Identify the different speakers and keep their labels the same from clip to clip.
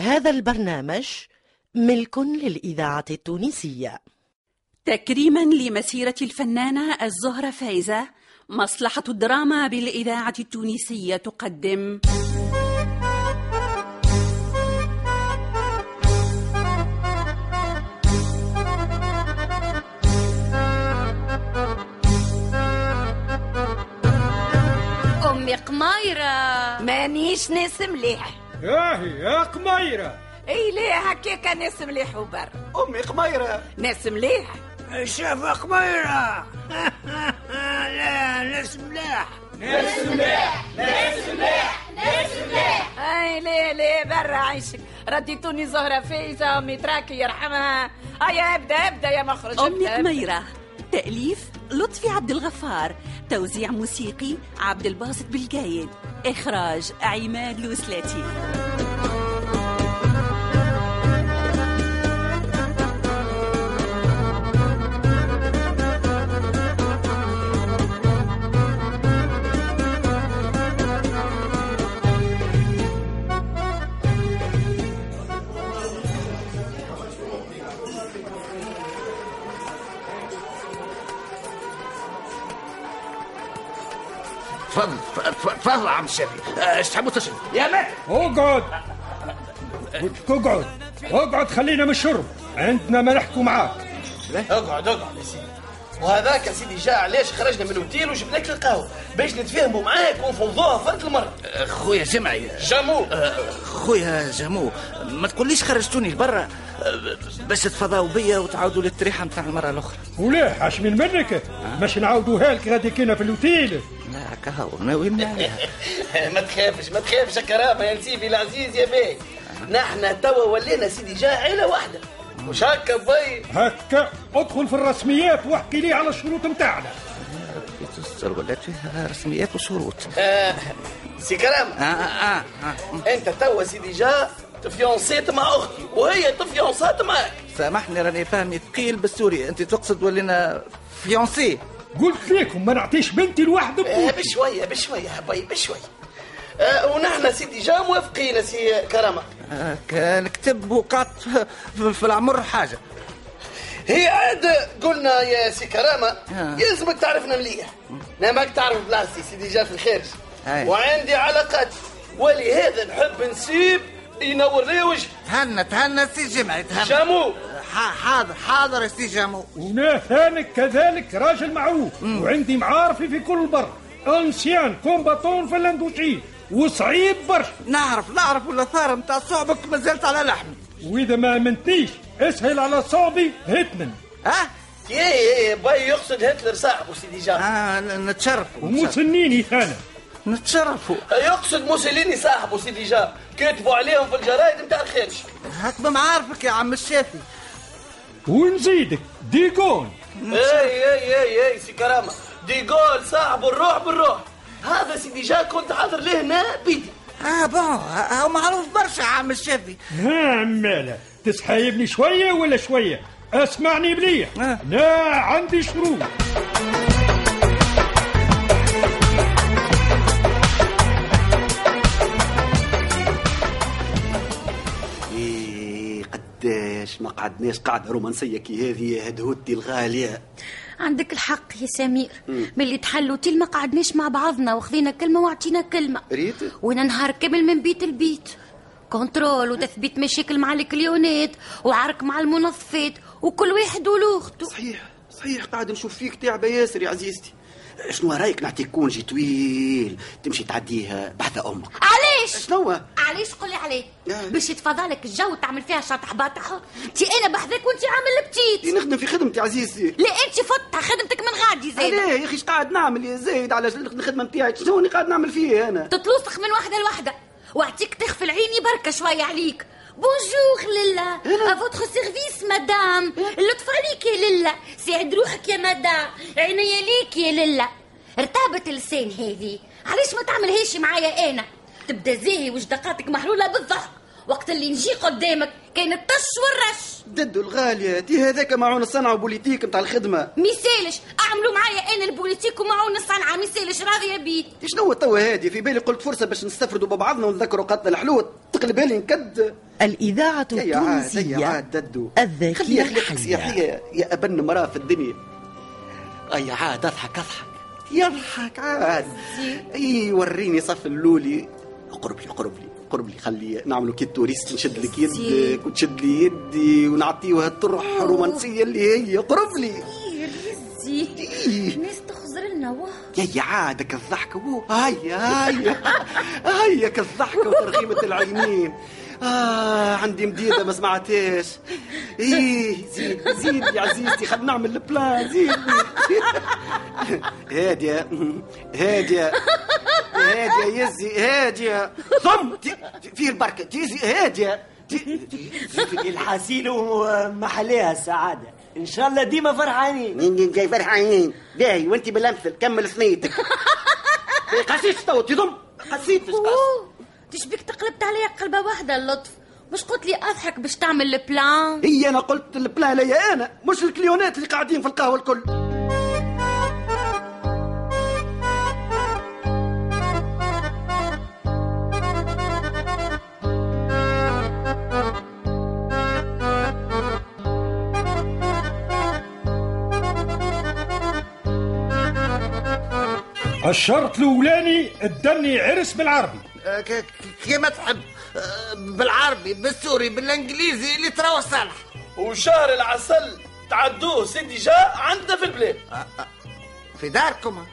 Speaker 1: هذا البرنامج ملك للإذاعة التونسية
Speaker 2: تكريما لمسيرة الفنانة الزهرة فايزة مصلحة الدراما بالإذاعة التونسية تقدم
Speaker 3: أمي قمايرة
Speaker 4: مانيش ناس مليح
Speaker 5: ياهي يا قميرة
Speaker 4: اي إيه ليه هكاك ناس مليح وبر
Speaker 6: أمي قميرة
Speaker 4: ناس مليح
Speaker 7: شاف قميرة لا ناس ملاح
Speaker 4: اي ليه ليه برا عيشك رديتوني زهرة فايزة امي تراكي يرحمها هيا ابدا ابدا يا مخرج
Speaker 2: أمي
Speaker 4: ابدأ، ابدأ.
Speaker 2: قميرة تأليف لطفي عبد الغفار توزيع موسيقي عبد الباسط بالجايد إخراج عماد لوسلاتي
Speaker 7: تفضل تفضل- تفضل عم الشافي آه، ايش تحبوا تشرب يا مات
Speaker 5: اقعد قلتلك اقعد اقعد خلينا من الشرب عندنا ما نحكوا معاك
Speaker 6: اقعد اقعد يا سيدي وهذاك يا سيدي جاء علاش خرجنا من الاوتيل وجبنا لك القهوه باش نتفاهموا معاك ونفوضوها فرد المره
Speaker 7: آه، خويا جمعي آه،
Speaker 6: جامو
Speaker 7: آه، خويا جامو ما تقوليش خرجتوني لبرا آه، باش تفضاو بيا وتعاودوا للتريحه متاع المره الاخرى
Speaker 5: وليه عاش من منك باش نعاودوها لك غادي كينا في الاوتيل
Speaker 7: لا كهو ناويين عليها
Speaker 6: ما تخافش ما تخافش يا كرامه يا نسيبي العزيز يا باي نحن توا ولينا سيدي جاء عيله واحده مش هكا بي
Speaker 5: هكا ادخل في الرسميات واحكي لي على الشروط نتاعنا
Speaker 7: تستر ولا فيها رسميات وشروط أه،
Speaker 6: آه، سي كرامه
Speaker 7: اه اه اه
Speaker 6: انت توا سيدي جاء تفيونسيت مع اختي وهي تفيونسات معك
Speaker 7: سامحني راني فاهمي ثقيل بالسوري انت تقصد ولينا فيونسي
Speaker 5: قلت لكم ما نعطيش بنتي لوحدها
Speaker 6: آه،
Speaker 5: بقوتي.
Speaker 6: بشويه بشويه حبايبي بشويه آه، ونحن سيدي جاء موافقين سي كرامه
Speaker 7: آه، كان كتب وقعت في- في العمر حاجه
Speaker 6: هي عاد قلنا يا سي كرامه
Speaker 7: آه.
Speaker 6: يلزمك تعرفنا مليح انا ماك تعرف بلاصتي سيدي جا في الخارج
Speaker 7: أي.
Speaker 6: وعندي علاقات ولهذا نحب نسيب ينور لي وجه
Speaker 7: تهنى تهنى سي جمعي تهنى
Speaker 6: شامو
Speaker 7: ح- حاضر حاضر يا سي جامو
Speaker 5: ونا ثانك كذلك راجل معروف وعندي معارفي في كل بر انسيان كومباتون في الاندوشي وصعيب برشا
Speaker 7: نعرف نعرف الاثار نتاع صعبك ما زالت على لحمي
Speaker 5: واذا ما امنتنيش اسهل على صعبي هتمن
Speaker 7: ها
Speaker 6: يا يا باي يقصد هتلر صاحبه سيدي جا
Speaker 7: آه ن- نتشرفوا نتشرفوا.
Speaker 5: ومسنيني ثانا
Speaker 7: نتشرفوا
Speaker 6: يقصد موسوليني صاحبه سيدي جا كتبوا عليهم في الجرايد نتاع الخارج
Speaker 7: هاك بمعارفك يا عم الشافي
Speaker 5: ونزيدك ديكون
Speaker 6: اي اي اي اي سي كرامه ديغول صاحبه الروح بالروح هذا سيدي جا كنت حاضر له هنا بيدي
Speaker 7: اه بون هو معروف برشا عم الشافي
Speaker 5: ها عمالة تسحايبني شوية ولا شوية اسمعني مليح
Speaker 7: آه.
Speaker 5: لا عندي شروط
Speaker 8: إيه قداش ما قعدناش قعدة رومانسية كي هذه يا هدهوتي الغالية
Speaker 3: عندك الحق يا سمير ملي تحلوا تيل ما قعدناش مع بعضنا وخذينا كلمة وعطينا كلمة
Speaker 8: ريت؟
Speaker 3: وانا نهار كامل من بيت لبيت كنترول وتثبيت مشاكل مع الكليونات وعرك مع المنظفات وكل واحد ولوخته
Speaker 8: صحيح صحيح قاعد نشوف فيك تعبة ياسر يا عزيزتي شنو رايك نعطيك كونجي طويل تمشي تعديها بحث امك
Speaker 3: علاش
Speaker 8: شنو
Speaker 3: علاش قولي عليه
Speaker 8: آه.
Speaker 3: باش يتفضى لك الجو تعمل فيها شطح بطح تي انا بحذاك وانت عامل
Speaker 8: دي
Speaker 3: البتيت
Speaker 8: نخدم في خدمتي عزيزتي
Speaker 3: لا انت فطها خدمتك من غادي زين
Speaker 8: علاه يا اخي اش قاعد نعمل يا زايد على الخدمه نتاعي شنو اللي قاعد نعمل فيه انا
Speaker 3: تتلوثق من واحدة لوحدة وعطيك تغفل عيني بركة شوية عليك بونجور للا افوتخ سيرفيس مدام اللطف عليك يا للا ساعد روحك يا مدام عينيا ليك يا للا ارتابت اللسان هذه علاش ما تعملهاش معايا انا تبدا زاهي وجدقاتك محلولة بالضحك وقت اللي نجي قدامك كاين الطش والرش
Speaker 8: ددو الغالية دي هذاك معون الصنعة وبوليتيك نتاع الخدمة
Speaker 3: ميسالش اعملوا معايا انا البوليتيك ومعون الصنعة ميسالش راضية بيك
Speaker 8: شنو توا هادي في بالي قلت فرصة باش نستفردوا ببعضنا ونذكروا قتل الحلوة تقلب لي نكد
Speaker 1: الإذاعة
Speaker 8: هي عاد هي
Speaker 1: التونسية
Speaker 8: عاد ددو
Speaker 1: الذاكرة
Speaker 8: خليها خليك
Speaker 1: الحية
Speaker 8: سياحية يا أبن مرأة في الدنيا أي عاد أضحك أضحك يضحك عاد أي وريني صف اللولي قرب لي قرب لي قرب لي خلي نعملوا كي التوريست نشد لك يدك وتشد لي يدي ونعطيوها الطرح الرومانسية اللي هي قرب لي
Speaker 3: إيه يا رزي الناس تخزر لنا واه
Speaker 8: يا يا عادك الضحكة وو. هيا هيا هيا كالضحكة وترغيمة العينين آه عندي مديدة ما سمعتهاش إيه زيد زيد يا عزيزتي خلينا نعمل البلان زيد هادية هادية هادية يزي هادية ثم تي- في البركة تيزي هادية تي-
Speaker 9: الحاسيل ومحليها السعادة إن شاء الله ديما فرحانين
Speaker 8: جاي فرحانين باهي وانت بالامثل كمل صنيتك قسيت تو تضم قسيت
Speaker 3: أوه، تشبيك تقلبت عليا قلبة واحدة اللطف مش قلت لي اضحك باش تعمل البلان
Speaker 8: هي انا قلت البلان هي انا مش الكليونات اللي قاعدين في القهوه الكل
Speaker 5: الشرط الاولاني الدني عرس بالعربي
Speaker 7: آه، كما تحب آه، بالعربي بالسوري بالانجليزي اللي تروح صالح
Speaker 10: وشهر العسل تعدوه سيدي جا عندنا في البلاد
Speaker 7: في داركم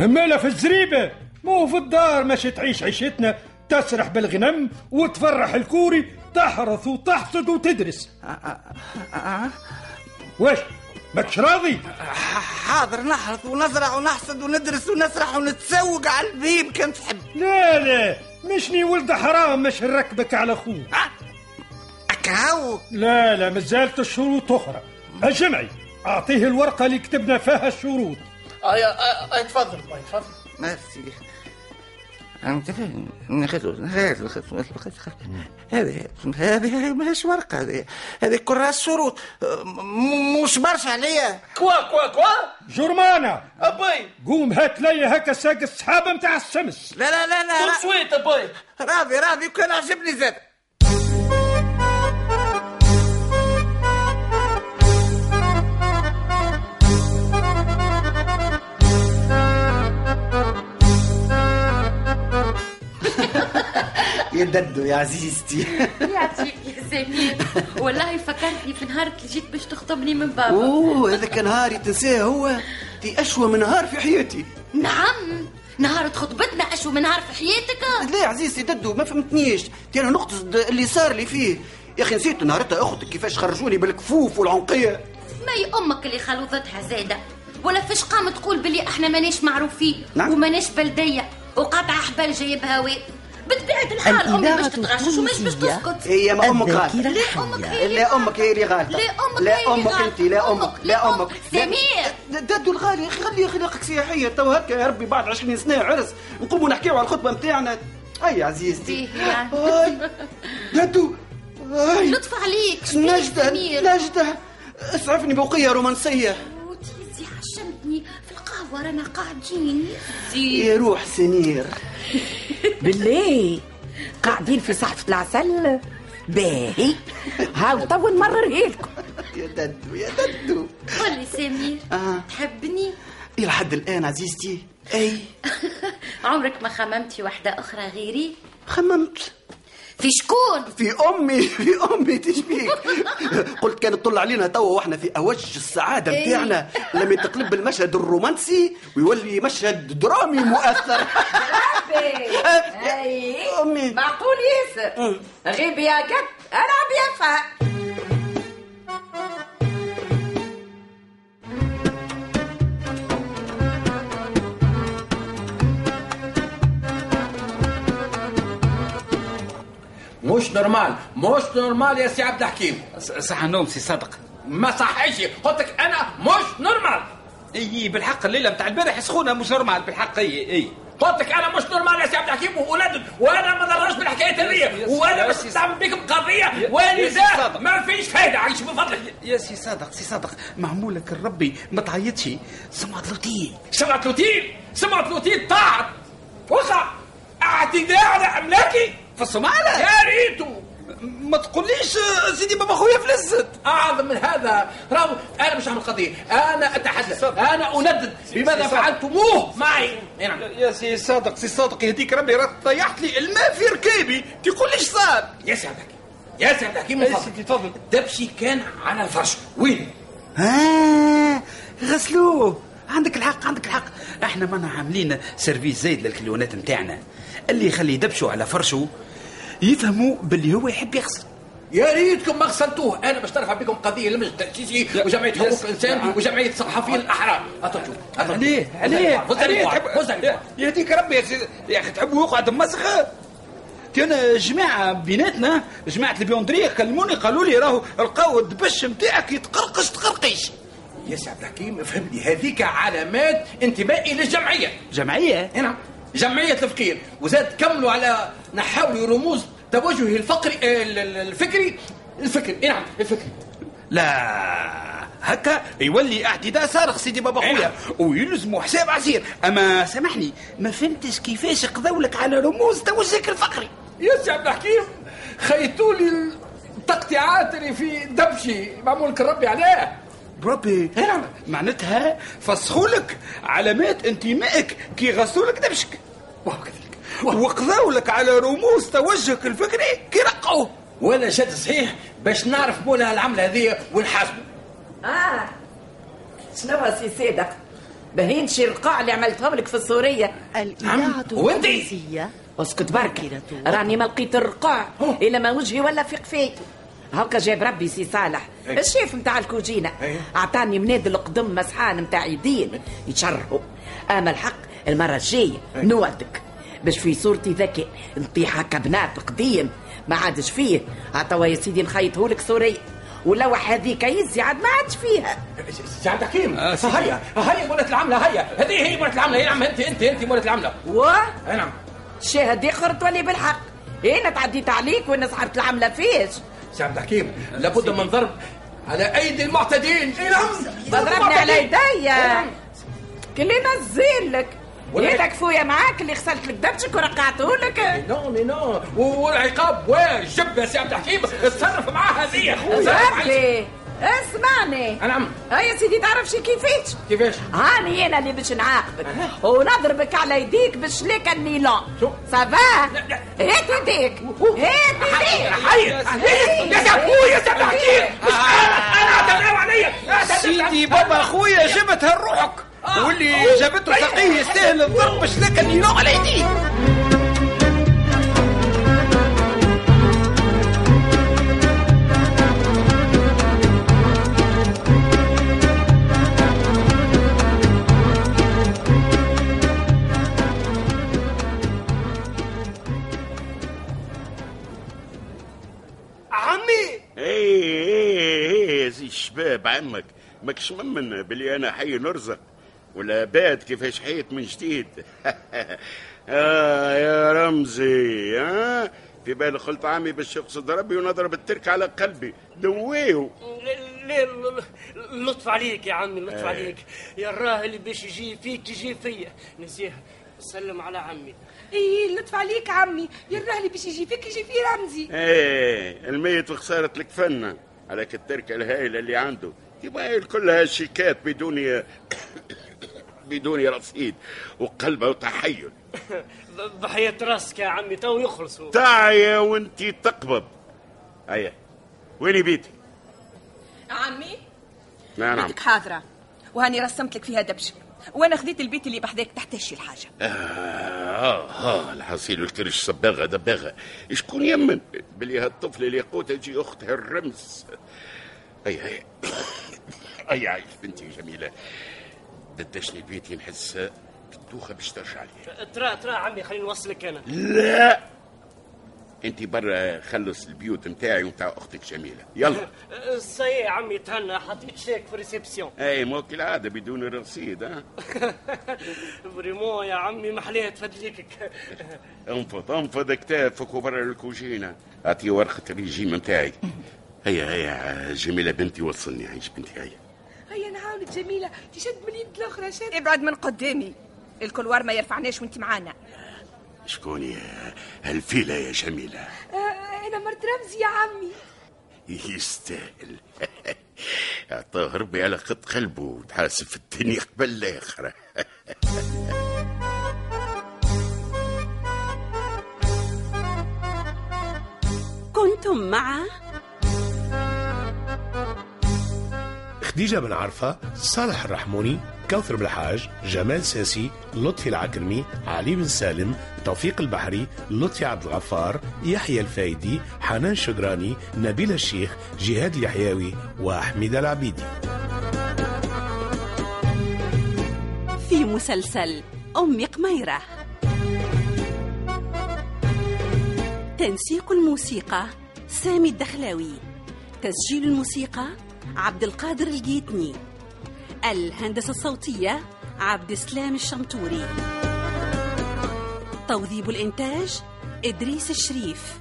Speaker 5: همالة في الزريبة مو في الدار ماشي تعيش عيشتنا تسرح بالغنم وتفرح الكوري تحرث وتحصد وتدرس واش ماكش راضي
Speaker 7: حاضر نحرث ونزرع ونحصد وندرس ونسرح ونتسوق على البيب كان تحب
Speaker 5: لا لا مشني ولد حرام مش نركبك على خوك
Speaker 7: أكاو
Speaker 5: لا لا مازالت الشروط اخرى الجمعي اعطيه الورقه اللي كتبنا فيها الشروط
Speaker 10: اي اي آه، تفضل باي تفضل
Speaker 7: ميرسي أنت فاهم ناخذ ناخذ ناخذ ناخذ هذه هذه ماهيش ورقة هذه هذه كلها شروط مش برشا عليا
Speaker 10: كوا كوا كوا
Speaker 5: جرمانه
Speaker 10: ابي
Speaker 5: قوم هات لي هكا ساق السحابه متاع الشمس
Speaker 7: لا لا لا لا
Speaker 10: كل
Speaker 7: را-
Speaker 10: سويت ابي
Speaker 7: راضي راضي وكان عجبني زاد
Speaker 8: يا ددو يا عزيزتي
Speaker 3: يعطيك يا سمير والله فكرتني في نهار اللي جيت باش تخطبني من بابا
Speaker 8: اوه هذاك نهاري تنساه هو دي اشوى من نهار في حياتي
Speaker 3: نعم نهار خطبتنا اشو من نهار في حياتك
Speaker 8: لا يا عزيزتي ددو ما فهمتنيش تي انا نقصد اللي صار لي فيه يا اخي نسيت نهارتها اختك كيفاش خرجوني بالكفوف والعنقيه
Speaker 3: ما هي امك اللي خلوظتها زاده ولا فيش قام تقول بلي احنا ماناش معروفين
Speaker 8: نعم.
Speaker 3: وماناش بلديه وقطعه حبال جايب هواء بطبيعه الحال امي باش
Speaker 1: الإذاعة
Speaker 3: تتغشش ومش باش
Speaker 1: التونسية
Speaker 3: تسكت
Speaker 8: هي ما امك
Speaker 1: الذاكرة
Speaker 8: غالطه
Speaker 3: ليه امك
Speaker 1: الحية
Speaker 3: هي اللي
Speaker 8: لا امك هي اللي
Speaker 3: غلطة؟
Speaker 8: غالطه
Speaker 3: ليه امك هي اللي غلطة؟
Speaker 8: لا امك انت لا امك لا امك لا-
Speaker 3: سمير
Speaker 8: ددو الغالي يا اخي خلي اخلاقك سياحيه تو هكا يا ربي بعد 20 سنه عرس نقوموا نحكيو على الخطبه نتاعنا اي عزيزتي
Speaker 3: فيه يعني.
Speaker 8: اي ددو اي
Speaker 3: لطف عليك شبيك
Speaker 8: نجدة
Speaker 3: سمير
Speaker 8: نجدة اسعفني بوقية رومانسية
Speaker 3: وتيزي حشمتني في القهوه رانا قاعدين
Speaker 8: يا روح سنير
Speaker 11: بالله قاعدين في صحفة العسل باهي هاو تو نمررها لكم
Speaker 8: يا ددو يا ددو
Speaker 3: قولي سمير
Speaker 8: آه.
Speaker 3: تحبني
Speaker 8: إلى حد الآن عزيزتي أي
Speaker 3: عمرك ما خممتي واحده اخرى غيري
Speaker 8: خممت
Speaker 3: في شكون
Speaker 8: في أمي في أمي تشبيك قلت كانت تطل علينا توا وإحنا في أوج السعادة
Speaker 3: إي.
Speaker 8: بتاعنا لما يتقلب المشهد الرومانسي ويولي مشهد درامي مؤثر أمي.
Speaker 11: أمي معقول ياسر غيبي يا كت أنا بيفهم
Speaker 6: مش نورمال مش نورمال يا سي عبد الحكيم صح النوم سي صدق ما صحيش قلتك انا مش نورمال اي بالحق الليله نتاع البارح سخونه مش نورمال بالحق اي اي قلت لك انا مش نورمال يا سي عبد الحكيم واولاد وانا ما نرجعش بالحكايات هذيا وانا مش نستعمل بكم قضيه والدة ما فيش فايده عايش من فضلك
Speaker 7: يا سي صادق سي صادق معمولك الربي ما تعيطش سمعت لطيف
Speaker 6: سمعت لوتين سمعت لوتين طاعت وقع اعتداء على املاكي
Speaker 7: في الصومالة
Speaker 6: يا ريتو ما تقوليش آه، سيدي بابا خويا فلست اعظم من هذا راهو انا مش هعمل قضيه انا اتحدث انا اندد بماذا
Speaker 12: سي صادق.
Speaker 6: فعلتموه معي نعم. يا سي صادق سي صادق يهديك ربي راك طيحت لي الماء في ركابي تقوليش صار يا سي عبد الحكيم يا سي عبد الحكيم من فضلك تفضل الدبشي كان على الفرش وين
Speaker 5: آه غسلوه عندك الحق عندك الحق احنا مانا عاملين سيرفيس زايد للكليونات نتاعنا اللي يخلي دبشو على فرشه يفهموا باللي هو يحب يغسل
Speaker 6: يا ريتكم ما غسلتوه انا باش نرفع بكم قضيه المجلس التاسيسي وجمعيه حقوق الانسان وجمعيه الصحفيين الاحرار اتركوا
Speaker 5: عليه عليه عليه تحب-
Speaker 6: عليه
Speaker 5: يهديك ربي يا سيدي يا اخي تحبوا يقعد مسخه كان جماعة بيناتنا جماعة البيوندرية كلموني قالوا لي راهو لقاو الدبش نتاعك يتقرقش تقرقيش
Speaker 6: يا سي عبد الحكيم فهمني هذيك علامات انتمائي للجمعيه
Speaker 5: جمعية
Speaker 6: نعم جمعيه الفقير وزاد كملوا على نحاولوا رموز توجهي الفقري آه، ال- ال- الفكري الفكري نعم الفكري
Speaker 5: لا هكا يولي اعتداء سارق سيدي بابا
Speaker 7: إيه.
Speaker 5: خويا ويلزموا حساب عسير اما سامحني ما فهمتش كيفاش قضاولك على رموز توجهك الفقري
Speaker 6: يا سي عبد الحكيم خيتولي التقطيعات اللي في دبشي معمول ربي عليه
Speaker 5: بربي إيه نعم. معناتها فسخولك علامات انتمائك كي غسولك دبشك وقضاولك على رموز توجهك الفكري كي رقعوه
Speaker 6: ولا شد صحيح باش نعرف مولا العمله هذه ونحاسبه
Speaker 11: اه شنو سي صادق باهين شي القاع اللي عملتهم لك في السوريه
Speaker 1: الإذاعة التونسية
Speaker 11: اسكت برك راني ما لقيت الرقاع الا ما وجهي ولا في قفايتي هاكا جاب ربي سي صالح
Speaker 6: إيه.
Speaker 13: أي.
Speaker 11: الشيف نتاع الكوجينه
Speaker 13: أي.
Speaker 11: اعطاني مناد القدم مسحان نتاع يدين يتشرحوا اما الحق المره الجايه
Speaker 6: إيه.
Speaker 11: نودك باش في صورتي ذكي نطيح هكا بناب قديم ما عادش فيه عطوا يا سيدي نخيطهولك سوري واللوح هذيك يزي عاد ما عادش فيها
Speaker 6: سي عبد الحكيم هيا هيا مولات العمله هيا هذه هي مولات العمله يا نعم انت انت انت مولات العمله
Speaker 11: و
Speaker 6: نعم
Speaker 11: شاهد يخر تولي بالحق انا تعديت عليك وانا سحبت العمله فيش
Speaker 6: سي عبد الحكيم لابد من ضرب على ايدي المعتدين اي نعم
Speaker 11: ضربني على يديا كلنا الزيلك
Speaker 6: ولا-
Speaker 11: يدك فويا معاك اللي غسلت لك دبشك ورقعته لك
Speaker 6: نو نو نو والعقاب واجب يا سي عبد الحكيم اتصرف معاه هذه
Speaker 11: ربي اسمعني
Speaker 6: نعم
Speaker 11: يا سيدي تعرف شي كيفاش
Speaker 6: كيفاش
Speaker 11: هاني انا اللي باش نعاقبك ونضربك على يديك بالشليكه النيلون سافا هات يديك هات يديك أيوة.
Speaker 6: يا سي أخوي، يا سي عبد الحكيم مش انا انا اعتذر عليا
Speaker 5: سيدي بابا خويا جابتها لروحك واللي جابته سقيه يستاهل الضرب باش لك النيلو على يديه
Speaker 7: عمي ايه ايه ايه زي الشباب عمك ماكش ممن بلي انا حي نرزق ولا باد كيفاش حيت من جديد آه يا رمزي ها في بالي قلت عمي باش يقصد ربي ونضرب الترك على قلبي دويه
Speaker 14: ليه ل- ل- لطف عليك يا عمي لطف
Speaker 7: إيه.
Speaker 14: عليك يا الراه اللي باش يجي فيك تجي فيا نسيها سلم على عمي
Speaker 2: اي لطف عليك عمي يا الرهلي باش يجي فيك يجي فيه رمزي
Speaker 7: ايه الميت وخسارة الكفنة على التركة الهائلة اللي عنده يبقى كلها شيكات بدون بدون رصيد وقلبة وتحيل
Speaker 14: ب- بحياة راسك يا عمي تو يخلصوا
Speaker 7: تعيا وانتي تقبب هيا وين بيتي
Speaker 2: عمي
Speaker 7: نعم
Speaker 2: بدك حاضره وهاني رسمت لك فيها دبشه وانا خذيت البيت اللي بحذاك تحت الشي الحاجه
Speaker 7: آه آه الحصيل الكرش صباغة دباغة شكون يمن بلي هالطفل اللي قوتها تجي أختها الرمس أي أي أي عايش بنتي جميلة دتشني بيتي نحس الدوخة باش ترجع لي
Speaker 14: ترى ترى عمي خليني نوصلك انا
Speaker 7: لا انت برا خلص البيوت نتاعي ومتاع اختك جميله يلا
Speaker 14: صحيح يا عمي تهنى حطيت شيك في الريسبسيون
Speaker 7: اي مو كالعاده بدون الرصيد ها
Speaker 14: فريمون يا عمي محليه تفدليكك
Speaker 7: انفض انفض كتافك وبرا الكوجينه اعطي ورقه الريجيم نتاعي هيا هيا جميله بنتي وصلني عايش بنتي هيا
Speaker 2: هيا نعاونك جميله تشد من اليد الاخرى شد ابعد من قدامي الكلوار ما يرفعناش وانت معانا
Speaker 7: شكون هي هالفيله يا جميله
Speaker 2: آه،
Speaker 11: انا مرت رمزي يا عمي
Speaker 7: يستاهل عطاه ربي على قد قلبه وتحاسب في الدنيا قبل الاخره
Speaker 2: كنتم مع
Speaker 5: خديجة بن عرفة صالح الرحموني كوثر بالحاج جمال ساسي لطفي العكرمي علي بن سالم توفيق البحري لطفي عبد الغفار يحيى الفايدي حنان شجراني نبيل الشيخ جهاد اليحيوي وحميدة العبيدي
Speaker 2: في مسلسل أم قميرة تنسيق الموسيقى سامي الدخلاوي تسجيل الموسيقى عبد القادر الجيتني الهندسة الصوتية عبد السلام الشمتوري توظيب الإنتاج إدريس الشريف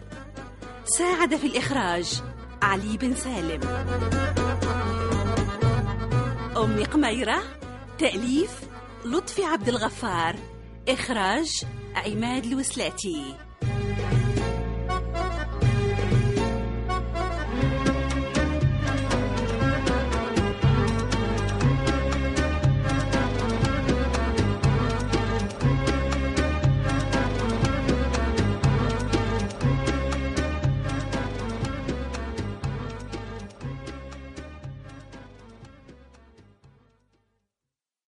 Speaker 2: ساعد في الإخراج علي بن سالم أم قميرة تأليف لطفي عبد الغفار إخراج عماد الوسلاتي